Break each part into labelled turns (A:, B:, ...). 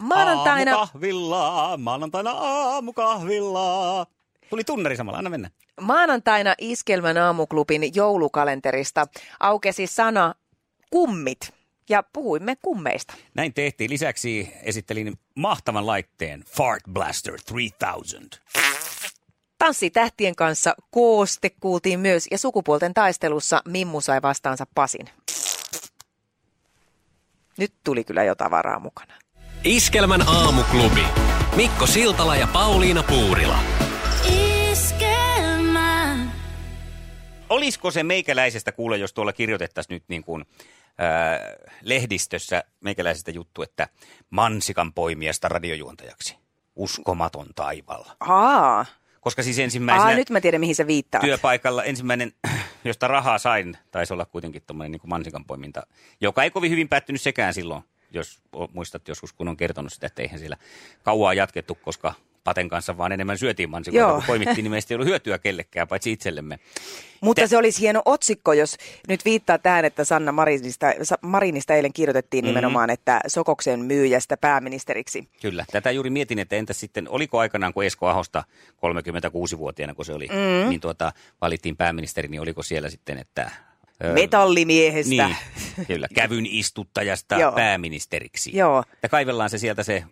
A: Maanantaina...
B: Aamukahvilla, maanantaina aamukahvilla. Tuli tunneri samalla, anna mennä.
A: Maanantaina Iskelmän aamuklubin joulukalenterista aukesi sana kummit ja puhuimme kummeista.
B: Näin tehtiin. Lisäksi esittelin mahtavan laitteen Fart Blaster 3000.
A: Tanssi tähtien kanssa kooste kuultiin myös ja sukupuolten taistelussa Mimmu sai vastaansa Pasin. Nyt tuli kyllä jo tavaraa mukana.
C: Iskelmän aamuklubi. Mikko Siltala ja Pauliina Puurila.
D: Iskelmä.
B: Olisiko se meikäläisestä kuule, jos tuolla kirjoitettaisiin nyt niin kuin, äh, lehdistössä meikäläisestä juttu, että mansikan poimijasta radiojuontajaksi. Uskomaton taivaalla.
A: Aa,
B: Koska siis
A: aa
B: ensimmäisenä
A: nyt mä tiedän mihin sä viittaat.
B: työpaikalla ensimmäinen, josta rahaa sain, taisi olla kuitenkin tuommoinen niin mansikanpoiminta, joka ei kovin hyvin päättynyt sekään silloin, jos o- muistat joskus, kun on kertonut sitä, että eihän siellä kauaa jatkettu, koska Paten kanssa vaan enemmän syötiin mansikoita,
A: Joo.
B: kun poimittiin, niin meistä ei ollut hyötyä kellekään, paitsi itsellemme.
A: Mutta se olisi hieno otsikko, jos nyt viittaa tähän, että Sanna Marinista, Sa- Marinista eilen kirjoitettiin nimenomaan, että Sokoksen myyjästä pääministeriksi.
B: Kyllä, tätä juuri mietin, että entäs sitten, oliko aikanaan, kun Esko Ahosta 36-vuotiaana, kun se oli, mm. niin tuota, valittiin pääministeri, niin oliko siellä sitten, että... ö,
A: Metallimiehestä.
B: Niin, kyllä. Kävyn istuttajasta
A: Joo.
B: pääministeriksi.
A: Joo.
B: Ja kaivellaan se sieltä se,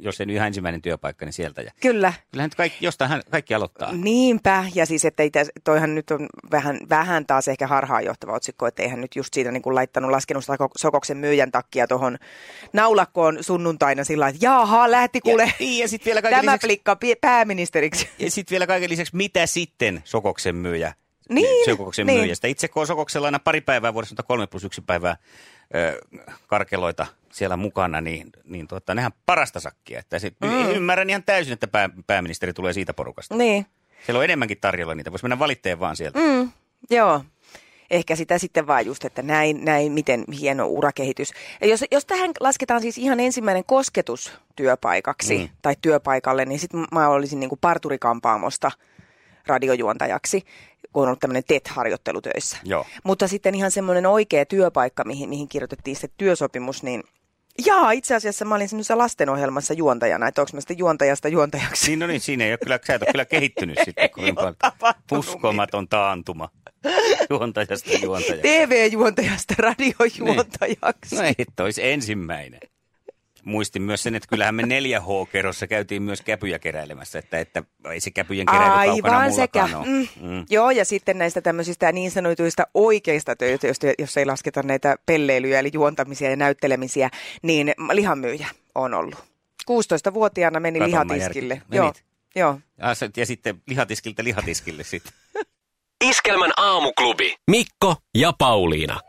B: jos se nyt ihan ensimmäinen työpaikka, niin sieltä. Ja
A: Kyllä.
B: kyllähän nyt kaikki, jostain hän- kaikki aloittaa.
A: Mm. Niinpä, ja siis että ei täs, toihan nyt on vähän, vähän taas ehkä harhaanjohtava otsikko, että eihän nyt just siitä niin kuin laittanut laskenut sako- sokoksen myyjän takia tuohon naulakkoon sunnuntaina sillä lailla, että jaha, lähti kuule
B: Ja, niin, ja sitten vielä, kaiken
A: tämä
B: lisäksi-
A: plikka pi- pääministeriksi.
B: ja sit vielä kaiken lisäksi, mitä sitten sokoksen myyjä?
A: Niin,
B: Sokoksen
A: niin.
B: myyjästä. Itse kun on sokoksella aina pari päivää vuodessa, mutta kolme plus yksi päivää ö, karkeloita siellä mukana, niin, niin tuota, nehän parasta sakkia. Että se, mm. Ymmärrän ihan täysin, että pää, pääministeri tulee siitä porukasta.
A: Niin,
B: Siellä on enemmänkin tarjolla niitä. Voisi mennä valitteen vaan sieltä.
A: mm, joo. Ehkä sitä sitten vaan just, että näin, näin miten hieno urakehitys. Ja jos, jos tähän lasketaan siis ihan ensimmäinen kosketus työpaikaksi
B: Mm.
A: mm. tai työpaikalle, niin sitten mä olisin niin kuin parturikampaamosta radiojuontajaksi, kun on ollut tämmöinen TET-harjoittelu töissä.
B: Joo.
A: Mutta sitten ihan semmoinen oikea työpaikka, mihin, mihin kirjoitettiin sitten työsopimus, niin jaa, itse asiassa mä olin semmoisessa lastenohjelmassa juontajana, että onko mä sitten juontajasta juontajaksi.
B: Niin, no niin, siinä ei ole kyllä, sä et ole kyllä kehittynyt sitten kovin paljon. Uskomaton taantuma. Juontajasta juontajaksi. Niin.
A: TV-juontajasta radiojuontajaksi.
B: No ei, että olisi ensimmäinen. Muistin myös sen, että kyllähän me 4H-kerrossa käytiin myös käpyjä keräilemässä, että, että ei se käpyjen keräily kaukana
A: Aivan sekä.
B: mullakaan ole.
A: Mm. Mm. Joo, ja sitten näistä tämmöisistä niin sanotuista oikeista töistä, jos, jos ei lasketa näitä pelleilyjä, eli juontamisia ja näyttelemisiä, niin lihamyyjä on ollut. 16-vuotiaana meni
B: Kato, mä
A: lihatiskille.
B: järkytyin.
A: Joo,
B: Menit?
A: joo.
B: Ja se- Ja sitten lihatiskiltä lihatiskille sitten.
C: Iskelmän aamuklubi. Mikko ja Pauliina.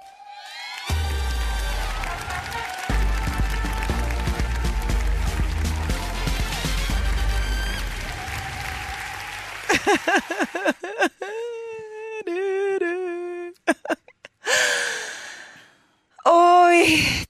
A: Oi,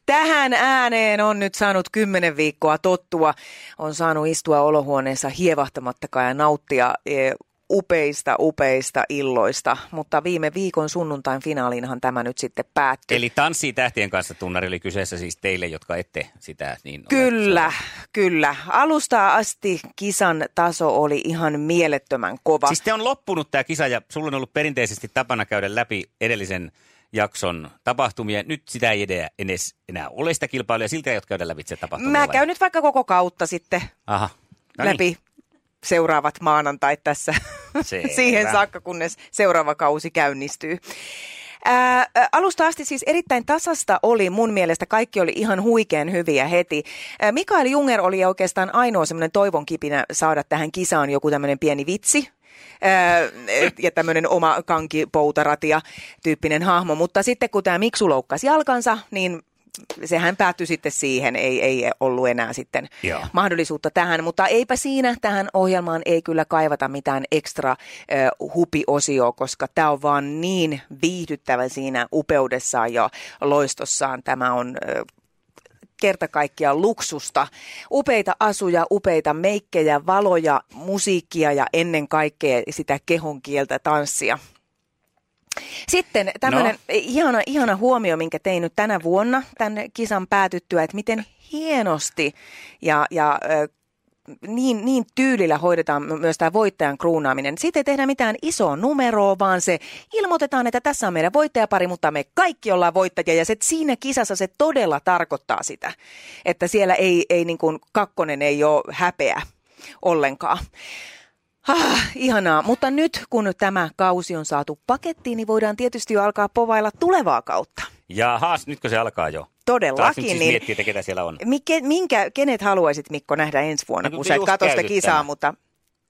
A: tähän ääneen on nyt saanut kymmenen viikkoa tottua. On saanut istua olohuoneessa hievahtamattakaan ja nauttia eh, upeista, upeista illoista. Mutta viime viikon sunnuntain finaaliinhan tämä nyt sitten päättyi.
B: Eli Tanssii tähtien kanssa tunnari oli kyseessä siis teille, jotka ette sitä. Niin ole.
A: Kyllä, kyllä. Alusta asti kisan taso oli ihan mielettömän kova.
B: Siis te on loppunut tämä kisa ja sulla on ollut perinteisesti tapana käydä läpi edellisen jakson tapahtumia. Nyt sitä ei edä- edes enää ole sitä kilpailua ja silti aiot käydä läpi se tapahtumia.
A: Mä
B: vai?
A: käyn nyt vaikka koko kautta sitten
B: Aha. No niin.
A: läpi seuraavat maanantait tässä
B: Selvä.
A: siihen saakka, kunnes seuraava kausi käynnistyy. Ää, ä, alusta asti siis erittäin tasasta oli mun mielestä. Kaikki oli ihan huikean hyviä heti. Ää, Mikael Junger oli oikeastaan ainoa semmoinen toivon kipinä saada tähän kisaan joku tämmöinen pieni vitsi. Ää, et- ja tämmöinen oma kankipoutaratia tyyppinen hahmo. Mutta sitten kun tämä Miksu loukkasi jalkansa, niin sehän päättyi sitten siihen, ei, ei ollut enää sitten Joo. mahdollisuutta tähän, mutta eipä siinä tähän ohjelmaan ei kyllä kaivata mitään ekstra äh, hupiosioa, koska tämä on vaan niin viihdyttävä siinä upeudessaan ja loistossaan. Tämä on äh, kerta kaikkiaan luksusta. Upeita asuja, upeita meikkejä, valoja, musiikkia ja ennen kaikkea sitä kehon kieltä tanssia. Sitten tämmöinen no. ihana, ihana huomio, minkä tein nyt tänä vuonna tämän kisan päätyttyä, että miten hienosti ja, ja niin, niin tyylillä hoidetaan myös tämä voittajan kruunaaminen. Siitä ei tehdä mitään isoa numeroa, vaan se ilmoitetaan, että tässä on meidän voittajapari, mutta me kaikki ollaan voittajia. Ja se, siinä kisassa se todella tarkoittaa sitä, että siellä ei, ei niin kuin kakkonen ei ole häpeä ollenkaan. Ah, ihanaa, mutta nyt kun tämä kausi on saatu pakettiin, niin voidaan tietysti jo alkaa povailla tulevaa kautta.
B: Jaahas, nytkö se alkaa jo?
A: Todellakin.
B: Siis
A: niin,
B: miettiä, että ketä siellä on.
A: Mikä, minkä, kenet haluaisit Mikko nähdä ensi vuonna, no, kun sä et katso sitä kisaa, tämän. mutta...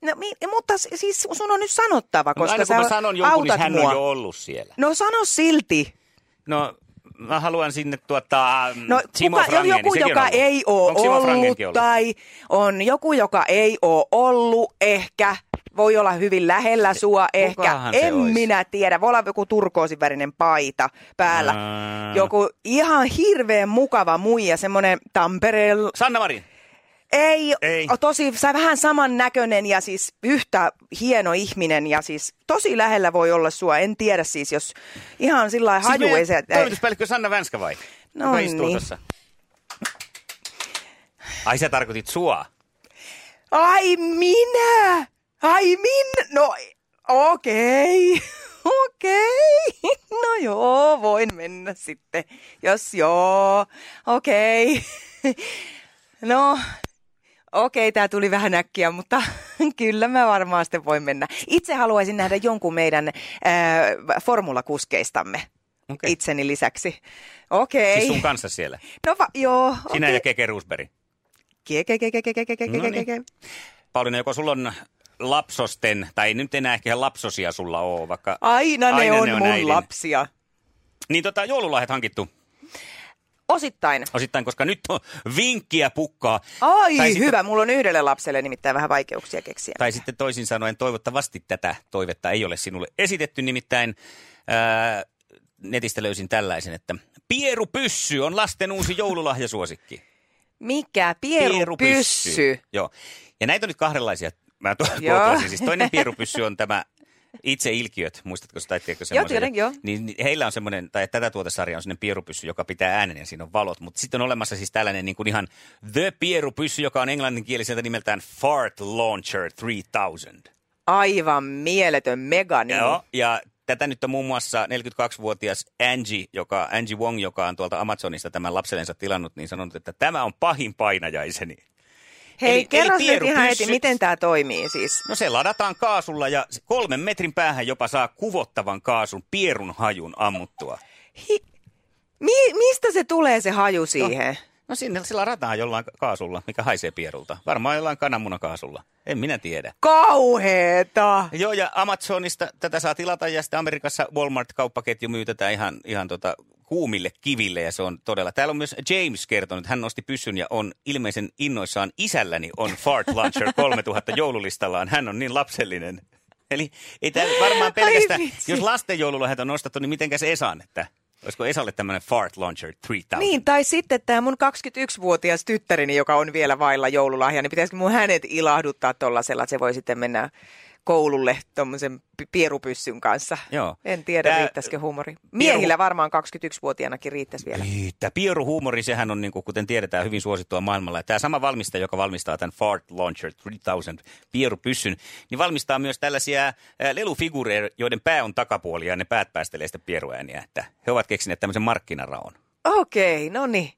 A: No, mi, mutta siis sun on nyt sanottava, koska no,
B: aina, kun
A: sä
B: mä sanon jonkun, niin hän
A: mua.
B: on jo ollut siellä.
A: No sano silti.
B: No mä haluan sinne tuota
A: No
B: Simo
A: kuka,
B: Frangeni,
A: joku,
B: sekin on
A: joka
B: ollut.
A: ei ole
B: Onko Simo
A: ollut,
B: Frangenkin ollut?
A: tai on joku, joka ei ole ollut ehkä, voi olla hyvin lähellä sua ehkä,
B: kukahan se
A: en
B: ois?
A: minä tiedä, voi olla joku turkoosin värinen paita päällä,
B: Mm.
A: joku ihan hirveän mukava muija, semmoinen Tampereen,
B: Sanna Marin.
A: ei,
B: Ei.
A: o, tosi sä vähän saman näköinen ja siis yhtä hieno ihminen ja siis tosi lähellä voi olla sua, en tiedä siis, jos ihan sillä lailla haju ei
B: Siis meidän
A: se, että-
B: Toimituspäällikkö Sanna Vänskä vai?
A: No
B: Joka istuu
A: niin.
B: tuossa. Ai sä tarkoitit sua.
A: Ai minä! Ai minä! No okei, okay. okei. Okay. No joo, voin mennä sitten, jos joo. Okei. Okay. No, okei, okay, tämä tuli vähän äkkiä, mutta kyllä mä varmaan sitten voin mennä. Itse haluaisin nähdä jonkun meidän äh, formulakuskeistamme
B: Okei.
A: itseni lisäksi. Okei.
B: Siis sun kanssa siellä.
A: No va- joo.
B: Sinä ja Keke Roosberg.
A: Ke- ke- ke- ke- ke- ke- ke- ke-
B: No
A: ke-
B: niin.
A: ke-
B: Pauliina, joko sulla on lapsosten, tai ei nyt enää ehkä ihan lapsosia sulla ole, vaikka...
A: Aina ne Aina on, ne on mun
B: äidin.
A: lapsia.
B: Niin tota, joululahjat hankittu
A: Osittain.
B: osittain, koska nyt on vinkkiä pukkaa.
A: Ai
B: Tai
A: hyvä,
B: sitten-
A: mulla on yhdelle lapselle nimittäin vähän vaikeuksia keksiä.
B: Tai sitten toisin sanoen, toivottavasti tätä toivetta ei ole sinulle esitetty, nimittäin ää, netistä löysin tällaisen, että Pieru Pyssy on lasten uusi joululahjasuosikki.
A: Mikä? Pieru pyssy.
B: Joo. Ja näitä on nyt kahdenlaisia. Mä tuon
A: Joo.
B: Siis toinen pierupyssy on tämä itse ilkiöt, muistatko sitä, tiedätkö semmoisen?
A: tiedän, joo.
B: Niin, niin heillä on semmoinen, tai tätä tuotesarjaa on semmoinen pierupyssy, joka pitää äänen ja siinä on valot. Mutta sitten on olemassa siis tällainen niin kuin ihan The Pierupyssy, joka on englanninkieliseltä nimeltään Fart Launcher 3000.
A: Aivan mieletön meganimi.
B: Joo, ja tätä nyt on muun muassa 42-vuotias Angie, joka, Angie Wong, joka on tuolta Amazonista tämän lapsellensa tilannut, niin sanonut, että tämä on pahin painajaiseni.
A: Hei,
B: Eli-
A: kerro
B: eli
A: nyt ihan heti,
B: pierupyssy-
A: miten tämä toimii siis.
B: No se ladataan kaasulla ja se kolmen metrin päähän jopa saa kuvottavan kaasun pierun hajun ammuttua.
A: Hi- Mi- mistä se tulee se haju siihen?
B: No sinne se ladataan jollain ka- kaasulla, mikä haisee pierulta. Varmaan jollain kananmunakaasulla. En minä tiedä.
A: Kauheeta!
B: Joo, ja Amazonista tätä saa tilata ja sitten Amerikassa Walmart-kauppaketju myy tätä ihan, ihan tota kuumille kiville ja se on todella. Täällä on myös James kertonut, että hän nosti pyssyn ja on ilmeisen innoissaan isälläni on Fart Launcher 3000 joululistallaan. Hän on niin lapsellinen. Eli ei tämä varmaan pelkästään,
A: Ai vitsi.
B: jos lasten joululahjat on nostettu, niin mitenkäs Esan, että olisiko Esalle tämmöinen Fart Launcher 3000?
A: Niin, tai sitten tämä mun 21-vuotias tyttäreni, joka on vielä vailla joululahjaa, niin pitäisikö mun hänet ilahduttaa tollasella, että se voi sitten mennä koululle tuommoisen pi- pierupyssyn kanssa.
B: Joo.
A: En tiedä,
B: Tää-
A: riittäisikö huumori. Miehillä varmaan 21-vuotiaanakin riittäisi vielä.
B: Tämä Niin, pieruhuumori, sehän on, niin kuin, kuten tiedetään, hyvin suosittua maailmalla. Ja tämä sama valmistaja, joka valmistaa tämän Fart Launcher 3000 pierupyssyn, niin valmistaa myös tällaisia äh, lelufigureja, joiden pää on takapuoli ja ne päät päästelee sitä pieruääniä. Että he ovat keksineet tämmöisen markkinaraon.
A: Okei, no niin.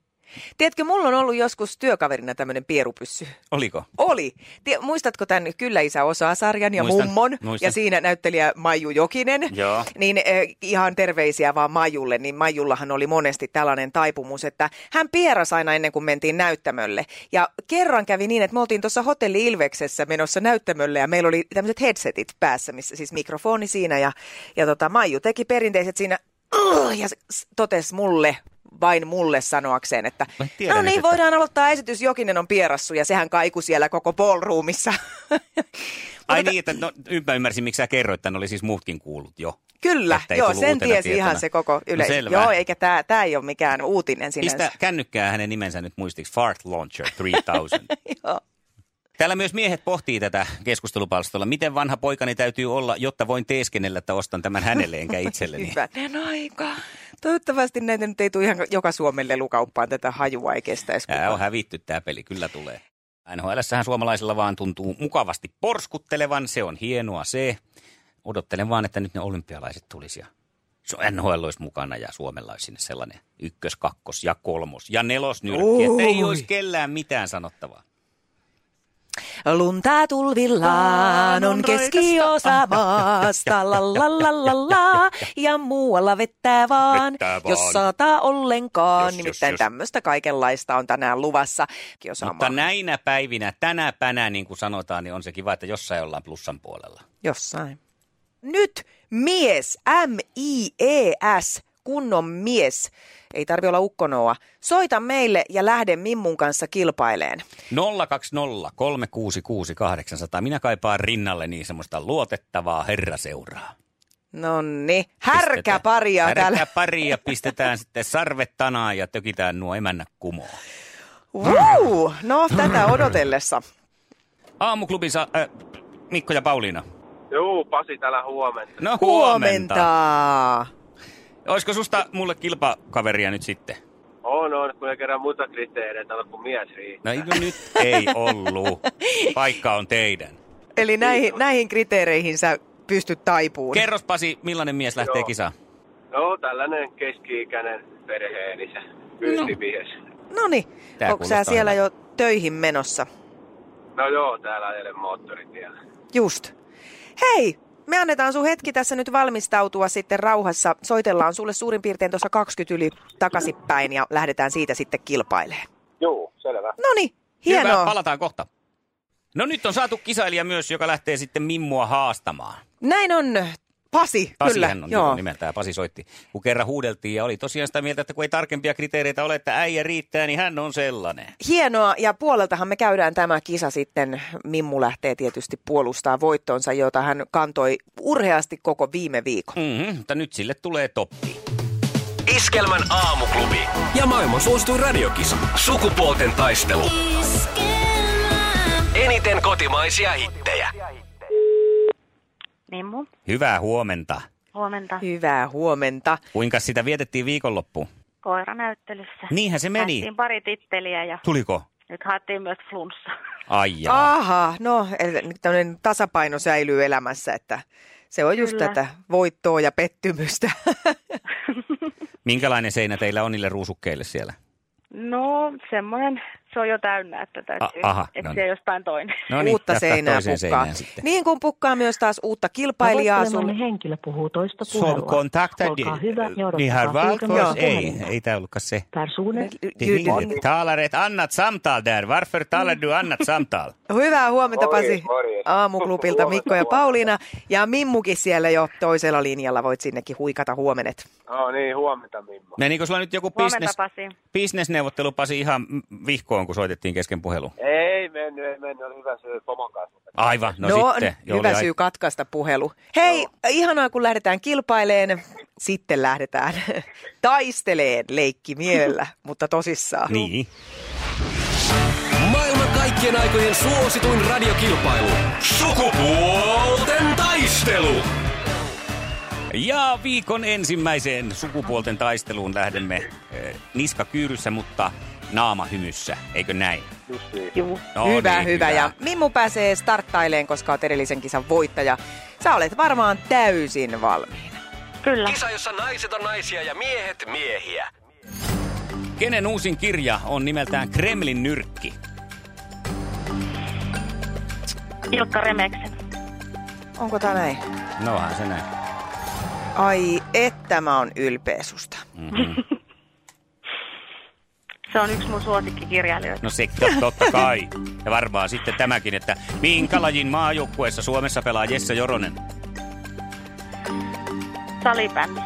A: Tiedätkö, mulla on ollut joskus työkaverina tämmöinen pierupyssy.
B: Oliko?
A: Oli. Tie, muistatko tämän Kyllä isä osaa sarjan ja
B: Muistan,
A: mummon?
B: muistan.
A: Ja siinä näyttelijä Maiju Jokinen.
B: Joo.
A: Niin eh, ihan terveisiä vaan Majulle. Niin Majullahan oli monesti tällainen taipumus, että hän pieras aina ennen kuin mentiin näyttämölle. Ja kerran kävi niin, että me oltiin tuossa hotelli Ilveksessä menossa näyttämölle ja meillä oli tämmöiset headsetit päässä, missä siis mikrofoni siinä. Ja, ja tota, Maiju teki perinteiset siinä "Ugh", ja se- s- totesi mulle vain mulle sanoakseen, että
B: Mä tiedän
A: no
B: nyt,
A: niin,
B: että-
A: voidaan aloittaa esitys, Jokinen on pierassu ja sehän kaiku siellä koko ballroomissa.
B: Ai niin, että no, ympä ymmärsin, miksi sä kerroit, että ne oli siis muutkin kuullut jo.
A: Kyllä,
B: Että ei
A: joo,
B: tullut
A: sen
B: uutena
A: tiesi
B: tietona.
A: ihan se koko
B: No
A: yleisö.
B: selvä.
A: joo, eikä tämä tää ei ole mikään uutinen sinänsä.
B: Pistä kännykkää hänen nimensä nyt muistiksi, Fart Launcher 3000.
A: joo.
B: Täällä myös miehet pohtii tätä keskustelupalstolla. Miten vanha poikani täytyy olla, jotta voin teeskennellä, että ostan tämän hänelle enkä itselleni?
A: Hyvänen aika. Toivottavasti näitä nyt ei tule ihan joka Suomen lelukauppaan tätä hajua ei kestäisi.
B: Tämä on hävitty, tämä peli kyllä tulee. nhl suomalaisilla vaan tuntuu mukavasti porskuttelevan, se on hienoa se. Odottelen vaan, että nyt ne olympialaiset tulisi ja se NHL olisi mukana ja Suomella olisi sinne sellainen ykkös, kakkos ja kolmos ja nelosnyrkki. Että ei
A: Oi.
B: olisi kellään mitään sanottavaa.
A: Lunta tulvillaan on
B: Ah,
A: keskiosa maasta, la la la la la, ja muualla vettää vaan,
B: Vettää vaan.
A: jos sataa ollenkaan.
B: Jos, jos,
A: Nimittäin
B: jos.
A: tämmöistä kaikenlaista on tänään luvassa.
B: Mutta
A: Mutta
B: näinä päivinä, tänä pänä, niin kuin sanotaan, niin on se kiva, että jossain ollaan plussan puolella.
A: Jossain. Nyt mies, M-I-E-S, kunnon mies, ei tarvi olla ukkonoa. Soita meille ja lähde Mimmun kanssa kilpaileen.
B: 020 366 800. Minä kaipaan rinnalle niin semmoista luotettavaa herraseuraa.
A: Nonni, härkä paria
B: Härkä
A: täällä.
B: paria, pistetään sitten sarvet tanaan ja tökitään nuo emännät kumoon.
A: Wow, no tätä odotellessa.
B: Aamuklubissa äh, Mikko ja Pauliina.
D: Juu, Pasi täällä huomenta.
B: No huomenta. huomenta.
A: Huomenta.
B: Olisiko susta mulle kilpakaveria nyt sitten?
D: On, on, kun ei kerran muita kriteereitä ole kuin mies riittää.
B: No ei, no nyt ei ollut. Paikka on teidän.
A: Eli näihin, näihin kriteereihin sä pystyt taipuun.
B: Kerros Pasi, millainen mies lähtee
D: Joo.
B: kisaan?
D: No, tällainen keski-ikäinen perheen isä, kyytimies.
A: No niin,
B: Tää
A: onko sä
B: kuulostaa
A: siellä
B: hyvältä.
A: jo töihin menossa?
D: No joo, täällä ajelen moottoritiellä.
A: Just. Hei, me annetaan sun hetki tässä nyt valmistautua sitten rauhassa. Soitellaan sulle suurin piirtein tuossa 20 yli takaisinpäin ja lähdetään siitä sitten kilpailemaan.
D: Juu, selvä.
A: No niin, hienoa.
B: Hyvä, palataan kohta. No nyt on saatu kisailija myös, joka lähtee sitten Mimmua haastamaan.
A: Näin on. Pasi,
B: Pasi
A: kyllä.
B: hän on joo.
A: joo.
B: nimeltään, Pasi soitti. Kun kerran huudeltiin ja oli tosiaan sitä mieltä, että kun ei tarkempia kriteereitä ole, että äijä riittää, niin hän on sellainen.
A: Hienoa, ja puoleltahan me käydään tämä kisa sitten. Mimmu lähtee tietysti puolustaa voittonsa, jota hän kantoi urheasti koko viime viikon.
B: Mm-hmm, mutta nyt sille tulee toppi.
C: Iskelmän aamuklubi. Ja maailman suosituin radiokisa. Sukupuolten taistelu. Eniten kotimaisia hittejä.
E: Mimmu,
B: Hyvää huomenta.
E: huomenta
A: Hyvää huomenta.
B: Kuinka sitä vietettiin viikonloppuun?
E: koiranäyttelyssä.
B: Niinhän se meni.
E: Haettiin pari titteliä ja
B: Tuliko?
E: nyt haettiin myös flunssa.
B: Ai jaa.
A: Aha, no el- tämmöinen tasapaino säilyy elämässä, että se on just
E: Kyllä.
A: tätä voittoa ja pettymystä.
B: Minkälainen seinä teillä on niille ruusukkeille siellä?
E: No, semmoinen, se on jo täynnä, että täytyy
B: A- aha, no
E: etsiä
B: niin.
E: jostain toinen.
B: No niin,
A: uutta
B: jatkaa
A: seinää
B: toiseen
A: pukkaa.
B: seinään sitten.
A: Niin kuin pukkaa myös taas uutta kilpailijaa sun.
F: Tavoittelemanne henkilö puhuu toista
B: Son
F: puhelua.
B: kontakter,
F: Olkaa hyvä ja
B: ni har
F: odottakaa
B: valt oss.
F: pyytämää
B: Äh, Ei,
F: puhelinta.
B: ei tämä ollutkaan se.
F: Personer
B: Det
A: Jydy.
B: ringer. Talar ett annat samtal där. Varför talar du annat samtal?
A: Hyvää huomenta Pasi
D: Morjes, morjes.
A: aamuklubilta
D: Huomenta,
A: Mikko ja
D: huomenta.
A: Pauliina. Ja Mimmukin siellä jo toisella linjalla, voit sinnekin huikata huomenet.
D: No niin, huomenta Mimmo.
B: Menikö sulla nyt joku
E: Huomenta,
B: business,
E: Pasi.
B: bisnesneuvottelu Pasi ihan mm, vihkoon, kun soitettiin kesken puhelun?
D: Ei mennyt, ei mennyt, oli hyvä syy pomon kanssa.
B: Aivan, no, sitten.
A: n- hyvä
B: oli ai-
A: syy katkaista puhelu. Hei, ihanaa kun lähdetään kilpaileen. Sitten lähdetään taisteleen leikki mielellä, mutta tosissaan.
B: Niin.
C: Maailman kaikkien aikojen suosituin radiokilpailu. Sukupuolten taistelu.
B: Ja viikon ensimmäiseen sukupuolten taisteluun lähdemme eh, niska kyyryssä, mutta naama hymyssä, eikö näin?
D: Just niin.
E: Juu.
B: No
A: hyvä,
B: niin,
A: hyvä. Ja Mimmu pääsee starttaileen, koska olet edellisen kisan voittaja. Sä olet varmaan täysin valmiina.
E: Kyllä.
C: Kisa, jossa naiset on naisia ja miehet miehiä.
B: Kenen uusin kirja on nimeltään Kremlin nyrkki?
E: Ilkka Remeksen.
A: Onko tää näin?
B: Nohan No, se näin.
A: Ai, että mä oon ylpeä susta.
E: Se on yksi mun suosikkikirjailijoita.
B: No se totta kai. Ja varmaan sitten tämäkin, että minkä lajin maajoukkueessa Suomessa pelaa Jesse Joronen?
E: Salibändi.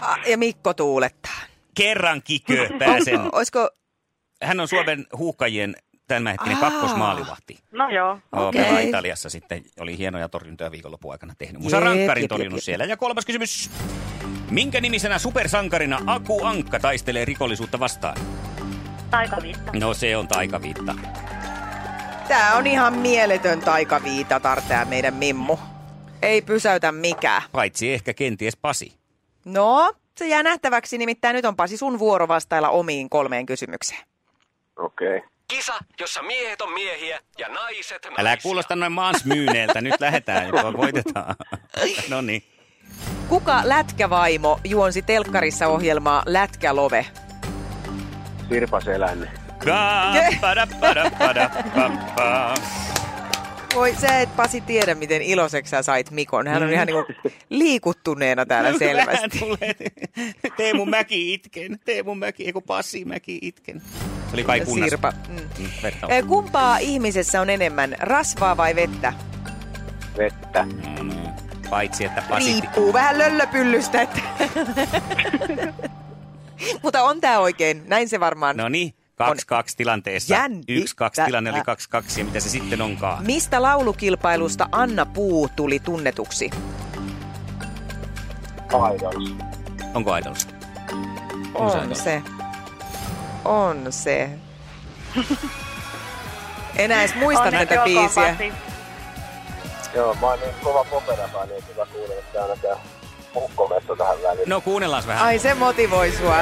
A: Ah, Ja Mikko tuulettaa.
B: Kerran kikö pääsen.
A: Olisiko,
B: Hän on Suomen huuhkajien tämänhetkinen
A: Aa.
B: kakkosmaalivahti.
E: No joo.
B: Joo,
A: Okei.
B: pelaa Italiassa sitten oli hienoja torjuntoja viikonlopun aikana tehnyt. Musa
A: Jep,
B: Rankkarin
A: jep, jep,
B: torjunut
A: jep.
B: siellä. Ja kolmas kysymys. Minkä nimisenä supersankarina Aku Ankka taistelee rikollisuutta vastaan?
E: Taikaviitta.
B: No se on taikaviitta.
A: tämä on ihan mieletön taikaviita tartää meidän Mimmu. Ei pysäytä mikään.
B: Paitsi ehkä kenties Pasi.
A: No, se jää nähtäväksi, nimittäin nyt on Pasi sun vuoro vastailla omiin kolmeen kysymykseen.
D: Okei. Okay.
C: Kisa, jossa miehet on miehiä ja naiset naisia.
B: Älä kuulosta noin maansmyyneeltä. Nyt lähdetään, jopa voitetaan. No niin.
A: Kuka lätkävaimo juonsi telkkarissa ohjelmaa Lätkälove?
D: Sirpa Selänne.
B: Ka-
A: Jee.
B: pada- pada- pada- pa- pa.
A: Voi sä et Pasi tiedä, miten iloiseksi sä sait Mikon.
B: Mm.
A: Hän on ihan niinku liikuttuneena täällä
B: Vähän
A: selvästi.
B: tulee. Teemu Mäki itken. Teemu Mäki, eiku Pasi Mäki itken. Se oli kai kunnas.
A: Sirpa. Mm.
B: Mm, vertaus.
A: Eh, Kumpaa ihmisessä on enemmän, rasvaa vai vettä?
D: Vettä.
B: Mm, Paitsi, että Pasi...
A: Riippuu vähän löllöpyllystä. Että. Mutta on tää oikein, näin se varmaan.
B: No niin, 2-2 tilanteessa.
A: Jännittävää.
B: 1-2 tilanne oli 2-2 ja mitä se sitten onkaan?
A: Mistä laulukilpailusta Anna Puu tuli tunnetuksi?
D: Aidols.
B: Onko Idols? On se
A: On
B: aika.
A: se. On se. Enää edes muista
E: Onneksi
A: tätä
E: olkoon,
A: biisiä.
E: Pasi.
D: Joo, mä oon niin kova poperafani, että mä kuulen, että aina tää ukkomesto tähän väliin.
B: No kuunnellaan vähän.
A: Ai se motivoi sua.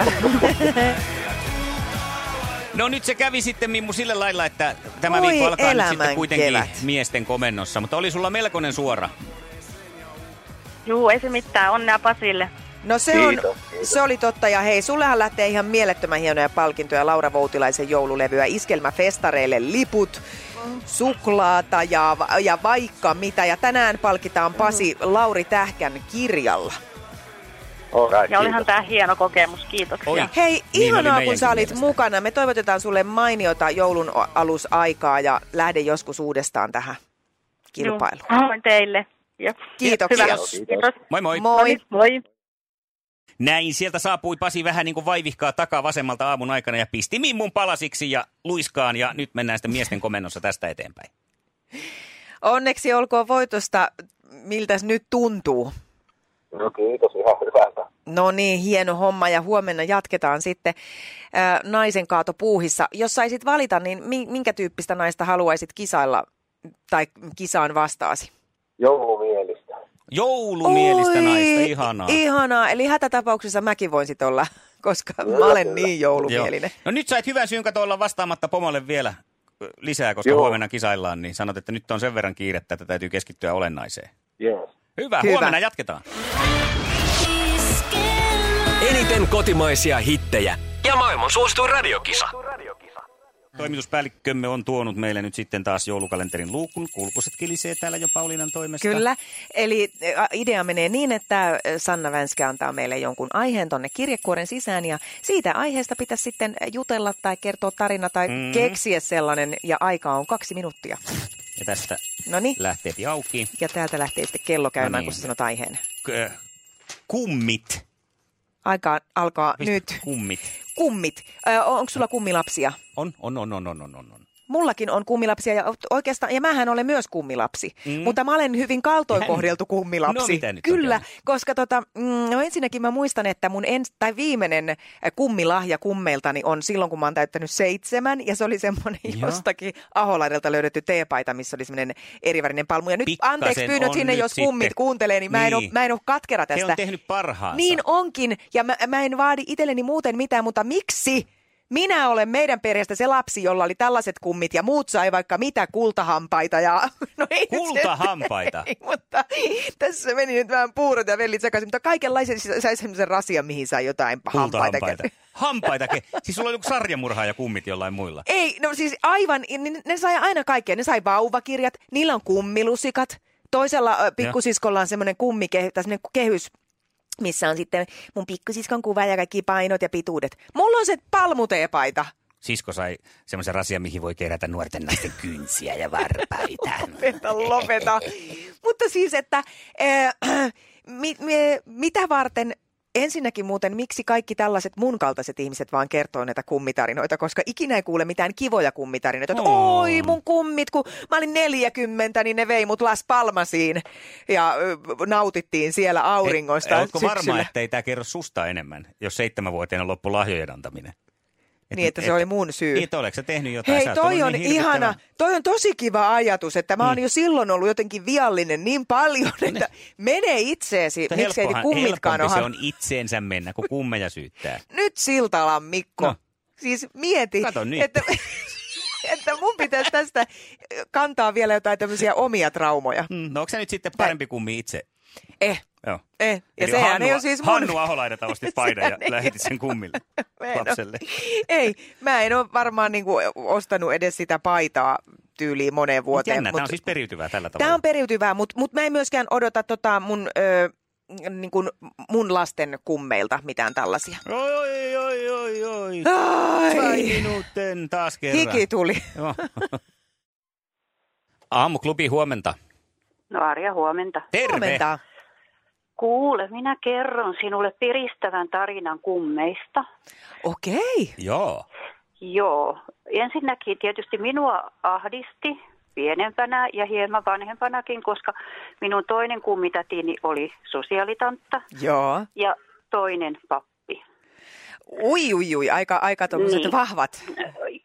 B: No nyt se kävi sitten Mimmu sillä lailla, että tämä
A: Voi
B: viikko alkaa nyt sitten
A: elämän
B: kuitenkin
A: kevät.
B: miesten komennossa. Mutta oli sulla melkoinen suora.
E: Juu, ei se mitään. Onnea Pasille.
A: No se, on,
D: Kiitos, kiitos.
A: se oli totta ja hei, sullehan lähtee ihan mielettömän hienoja palkintoja Laura Voutilaisen joululevyä, iskelmäfestareille liput, suklaata ja, ja vaikka mitä. Ja tänään palkitaan Pasi Lauri Tähkän kirjalla.
D: Alright,
E: Ja olihan
D: kiitos.
E: tämä hieno kokemus. Kiitoksia.
B: Oi.
A: Hei,
B: Niin oli
A: ihanaa kun
B: meidänkin
A: sä olit
B: mielestä.
A: mukana. Me toivotetaan sulle mainiota joulun o- alusaikaa ja lähde joskus uudestaan tähän kilpailuun.
E: Juu. Avoin teille. Jep.
A: Kiitoksia.
E: Hyvä.
D: Kiitos.
E: Kiitos.
B: Moi moi.
A: Moi.
E: No niin, moi.
B: Näin sieltä saapui Pasi vähän niin kuin vaivihkaa takaa vasemmalta aamun aikana ja pisti Mimmun palasiksi ja luiskaan. Ja nyt mennään sitten miesten komennossa tästä eteenpäin.
A: Onneksi olkoon voitosta, miltäs nyt tuntuu.
D: No kiitos, ihan hyvältä.
A: No niin, hieno homma ja huomenna jatketaan sitten ää, naisen kaato puuhissa. Jos saisit valita, niin mi- minkä tyyppistä naista haluaisit kisailla tai kisaan vastaasi?
D: Joulumielistä.
B: Joulumielistä
A: Oi,
B: naista, ihanaa.
A: Ihanaa, eli hätätapauksessa mäkin voin sit olla, koska mä olen niin joulumielinen.
B: Joo. No nyt sait hyvän syyn kato olla vastaamatta pomolle vielä ö, lisää, koska Joo.
D: Joo.
B: huomenna kisaillaan, niin sanot, että nyt on sen verran kiirettä, että täytyy keskittyä olennaiseen.
D: Yes.
B: Hyvä,
A: Hyvä.
B: Hyvä. huomenna jatketaan.
C: Eniten kotimaisia hittejä ja maailman suosituin radiokisa.
B: Toimituspäällikkömme on tuonut meille nyt sitten taas joulukalenterin luukun. Kulkuset kilisee täällä jo Pauliinan toimesta.
A: Kyllä, eli ä, idea menee niin, että ä, Sanna Vänskä antaa meille jonkun aiheen tonne kirjekuoren sisään ja siitä aiheesta pitäisi sitten jutella tai kertoa tarina tai mm-hmm.
B: Mm.
A: keksiä sellainen ja aikaa on kaksi minuuttia.
B: Ja tästä
A: No niin,
B: lähtee auki.
A: ja täältä lähtee sitten kello käymään, no niin.
B: niin.
A: kun sä sanot aiheen.
B: K- kummit.
A: Aika alkaa
B: Pistä
A: nyt.
B: Kummit.
A: Kummit. Ö, onko sulla kummilapsia?
B: On, on, on, on, on, on, on. on.
A: Mullakin on kummilapsia ja oikeastaan, ja mähän olen myös kummilapsi, mm. mutta mä olen hyvin kaltoin
B: Hän-
A: kohdeltu kummilapsi.
B: No, mitä nyt on
A: Kyllä,
B: käynyt?
A: koska tota, mm, no ensinnäkin mä muistan, että mun ens, tai viimeinen äh, kummilahja kummeiltani on silloin, kun mä oon täyttänyt seitsemän, ja se oli semmoinen
B: Joo.
A: jostakin Aholaidelta löydetty teepaita, missä oli semmoinen erivärinen palmu. Ja nyt
B: Pikkasen
A: anteeksi pyynnöt
B: on
A: sinne,
B: nyt
A: jos kummit
B: sitten.
A: kuuntelee, niin, Mä, en ole,
B: Niin.
A: mä en ole katkera
B: He
A: tästä.
B: on tehnyt parhaansa.
A: Niin onkin, ja mä, mä en vaadi itselleni muuten mitään, mutta miksi? Minä olen meidän perheestä se lapsi, jolla oli tällaiset kummit ja muut sai vaikka mitä kultahampaita. Ja... No ei nyt se-
B: Kultahampaita.
A: Ei, mutta tässä meni nyt vähän puurot ja vellit sekaisin, mutta kaikenlaisen siis sai semmoisen rasian, mihin sai jotain
B: Kulta
A: hampaita.
B: hampaita. hampaita. ke- Siis sulla on joku sarjamurhaa ja kummit jollain muilla.
A: Ei, no siis aivan, niin ne sai aina kaikkea. Ne sai vauvakirjat, niillä on kummilusikat. Toisella ö, pikkusiskolla on semmoinen kummike, tai semmoinen kehys, missä on sitten mun pikkusiskon kuva ja kaikki painot ja pituudet. Mulla on se palmuteepaita.
B: Sisko sai semmoisen rasian, mihin voi kerätä nuorten naisten kynsiä ja varpaita.
A: Lopeta, lopeta. Mutta siis, että äh, mi, mi, eh, mitä varten Ensinnäkin muuten, miksi kaikki tällaiset mun kaltaiset ihmiset vaan kertoo näitä kummitarinoita, koska ikinä ei kuule mitään kivoja kummitarinoita. Että,
B: Oo.
A: Oi mun kummit, kun mä olin 40, niin ne vei mut Las Palmasiin ja ö, nautittiin siellä auringosta
B: Ei- Oletko varma,
A: syksyllä.
B: että ei tämä kerro susta enemmän, jos seitsemänvuotiaana loppu lahjojen antaminen? Et-
A: Niin, että se
B: et-
A: oli mun syy.
B: Niin, että oletko sä tehnyt jotain?
A: Hei,
B: Sä oot
A: toi
B: ollut
A: on
B: niin hirvittävän- Mm.
A: ihana. Toi on tosi kiva ajatus, että mä oon jo silloin ollut jotenkin viallinen niin paljon, että mene itseesi.
B: Mutta
A: Miksei te
B: helppohan-
A: kummitkaan
B: helpompi se
A: ole
B: on itseensä mennä, kun kummeja syyttää.
A: nyt Siltalan Mikko. No.
B: No.
A: Siis mieti,
B: Kato nyt.
A: että, että mun pitäisi tästä kantaa vielä jotain tämmöisiä omia traumoja.
B: Mm, No onko se nyt sitten parempi kummi itse?
A: Eh,
B: Joo.
A: eh. Ja
B: Eli
A: sehän
B: Hannu,
A: ei ole siis mun...
B: Hannu Aholaidata osti paidan ja
A: Sehän ei-
B: lähetit sen kummille
A: Mä en oo-
B: lapselle.
A: Ei, mä en ole varmaan niinku ostanut edes sitä paitaa tyyliin moneen
B: Mut
A: vuoteen.
B: Jännä, tämä on
A: mut-
B: siis periytyvää tällä tavalla.
A: Tämä on periytyvää, mutta mut mä en myöskään odota tota mun, ö, niin kun mun lasten kummeilta mitään tällaisia.
B: Oi, oi, oi, oi, oi. Vai
A: Ai,
B: minuutin taas kerran.
A: hiki tuli.
B: Joo. Aamuklubi, huomenta.
G: No Arja, huomenta.
B: Terve.
A: Huomenta.
G: Kuule, minä kerron sinulle piristävän tarinan kummeista.
A: Okei.
B: Joo.
G: Joo, ensinnäkin tietysti minua ahdisti pienempänä ja hieman vanhempanakin, koska minun toinen kummitätini oli sosiaalitantta
A: Joo.
G: ja toinen pappi.
A: Ui, ui, ui. Aika, aika tuommoiset
G: Niin.
A: vahvat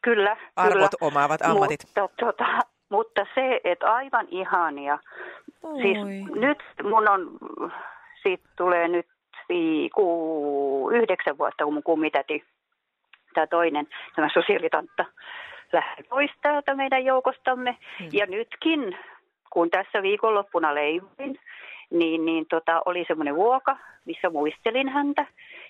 G: Kyllä,
A: arvot
G: kyllä.
A: omaavat ammatit.
G: Mutta, tota, mutta se, että aivan ihania. Oi. Siis
A: Oi.
G: nyt mun on, siitä tulee nyt vii- ku, yhdeksän vuotta, kun mun kummitäti, tämä toinen, tämä sosiaalitantta, lähti pois täältä meidän joukostamme.
A: Hmm.
G: Hmm. Ja nytkin, kun tässä viikonloppuna leivoin, niin, niin tota, oli semmoinen vuoka, missä muistelin häntä.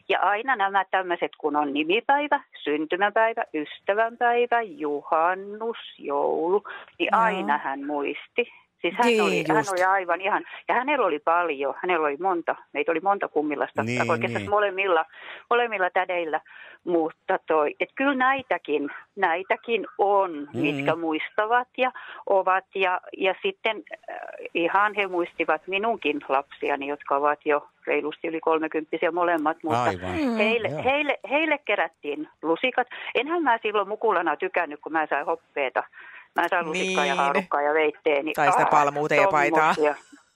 G: Ja aina nämä tämmöiset, kun on nimipäivä, syntymäpäivä, ystävänpäivä, juhannus, joulu, niin
A: Joo.
G: aina hän muisti. Siis hän,
A: Niin,
G: oli, hän
A: just.
G: oli aivan ihan, ja hänellä oli paljon, hänellä oli monta, meitä oli monta kummillasta,
B: Niin,
G: tai oikeastaan
B: niin.
G: molemmilla, molemmilla tädeillä, mutta tota toi, et kyllä näitäkin, näitäkin on, mm-hmm. mitkä muistavat ja ovat, ja, ja sitten äh, ihan he muistivat minunkin lapsiani, jotka ovat jo reilusti yli kolmekymppisiä molemmat, mutta
B: Aivan.
G: Heille,
B: Joo.
G: heille, heille kerättiin lusikat. Enhän mä silloin mukulana tykännyt, kun mä sain hoppeeta. Mä sain lusikkaa ja
A: Niin.
G: haarukkaa ja niin veitteeni.
A: Tai sitä palmuuteen ja paitaa.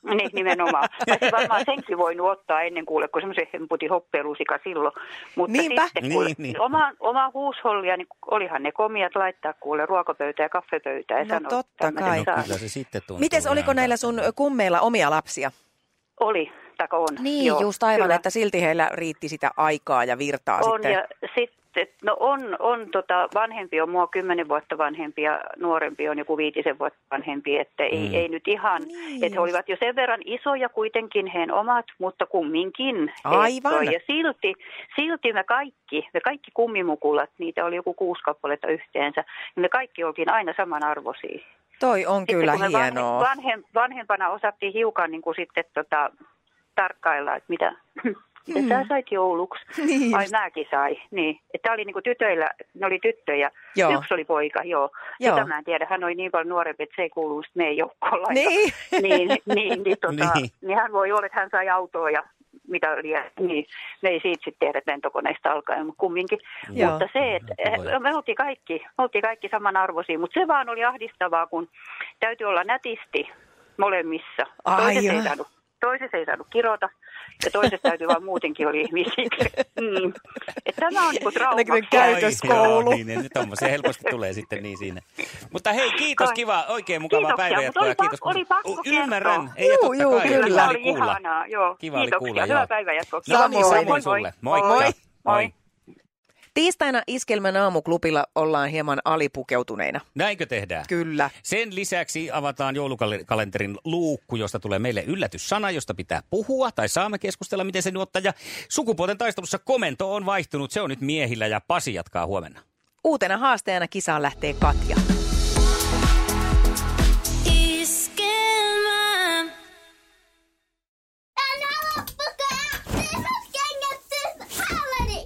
G: Niin, nimenomaan. Mä olisin varmaan senkin voinut ottaa ennen kuule, kun semmoisen hemputin hoppeelusika silloin. Mutta
A: Niinpä.
G: sitten kuule,
B: Niin, niin.
G: Oma, oma huushollia, niin olihan ne komiat laittaa kuule ruokapöytään ja kahvipöytään. Ja
A: No
G: sanoa,
A: totta
G: tämmöset
A: kai.
B: No
G: saa.
B: kyllä se sitten tuntuu.
A: Mites, oliko
B: ihan
A: näillä sun
B: tältä.
A: kummeilla omia lapsia?
G: Oli, taka on.
A: Niin,
G: Joo,
A: just aivan,
G: kyllä.
A: että silti heillä riitti sitä aikaa ja virtaa
G: on,
A: sitten.
G: ja sitten, no on, on tota, vanhempi on mua kymmenen vuotta vanhempi ja nuorempi on joku viitisen vuotta vanhempi, että ei,
B: Mm.
G: ei nyt ihan,
A: Niin
G: niin. että he olivat jo sen verran isoja kuitenkin heidän omat, mutta kumminkin.
A: Aivan.
G: Ehtoja. Ja silti, silti me kaikki, me kaikki kummimukulat, niitä oli joku kuusi kappaletta yhteensä, niin me kaikki oltiin aina samanarvoisia.
A: Toi on kyllä
G: kun me vanhem-
A: hienoa.
G: Vanhem, vanhempana osattiin hiukan niin kuin sitten tota, tarkkailla, että mitä, mitä mm. sä sait jouluksi.
A: Niin
G: Ai mäkin sai, niin. Tämä oli niinku tytöillä, ne oli tyttöjä,
A: Joo.
G: joo. yksi oli poika, joo.
A: Joo.
G: joo. Sitä mä en tiedä, hän oli niin paljon nuorempi, että se ei kuulu sit meidän joukkoon lainkaan.
A: Niin.
G: niin, niin, niin, tota,
B: Niin.
G: niin. niin, hän voi olla, että hän sai autoa ja mitä oli, ja- niin me ei siitä sitten tehdä lentokoneista alkaen, mutta kumminkin.
A: Joo.
G: Mutta se, että eh,
B: Kyllä.
G: me oltiin kaikki, me oltiin kaikki samanarvoisia, mutta se vaan oli ahdistavaa, kun täytyy olla nätisti molemmissa. Toiset
A: Aivan.
G: ei saanut toisessa ei saanut kirota, ja toisesta täytyy vaan muutenkin oli ihmisiksi. Mm. Et tämä on niinku
A: Ainakin
G: traumaksi.
A: käytöskoulu.
B: Ai, joo, niin, niin tommosia helposti tulee sitten niin siinä. Mutta hei, kiitos,
G: Kai.
B: kiva, oikein mukavaa
G: Kiitoksia,
B: päivänjatkoa.
G: mut oli
B: ja
G: pakko-
B: kiitos, kun-
G: oli pakko
B: U-
G: kertoa.
B: Ymmärrän, ei ja
A: Juu,
B: totta
A: juu,
B: kai,
A: kyllä.
B: kiva
G: Tämä oli
B: oli kuulla.
G: ihanaa, joo.
B: Kiva oli
G: Kiitoksia,
B: kuulla,
G: hyvää
B: joo.
G: päivänjatkoa.
B: No niin,
A: Samoin.
B: samoin sulle. Moikka.
A: Moi.
B: Moi.
A: Tiistaina Iskelmän aamuklubilla ollaan hieman alipukeutuneina.
B: Näinkö tehdään?
A: Kyllä.
B: Sen lisäksi avataan joulukalenterin luukku, josta tulee meille yllätyssana, josta pitää puhua tai saamme keskustella, miten sen ottaa. Ja sukupuolten taistelussa komento on vaihtunut, se on nyt miehillä ja Pasi jatkaa huomenna.
A: Uutena haasteena kisaan lähtee Katja.
H: Iskelmä. En halua pukea. This is kengät this holiday.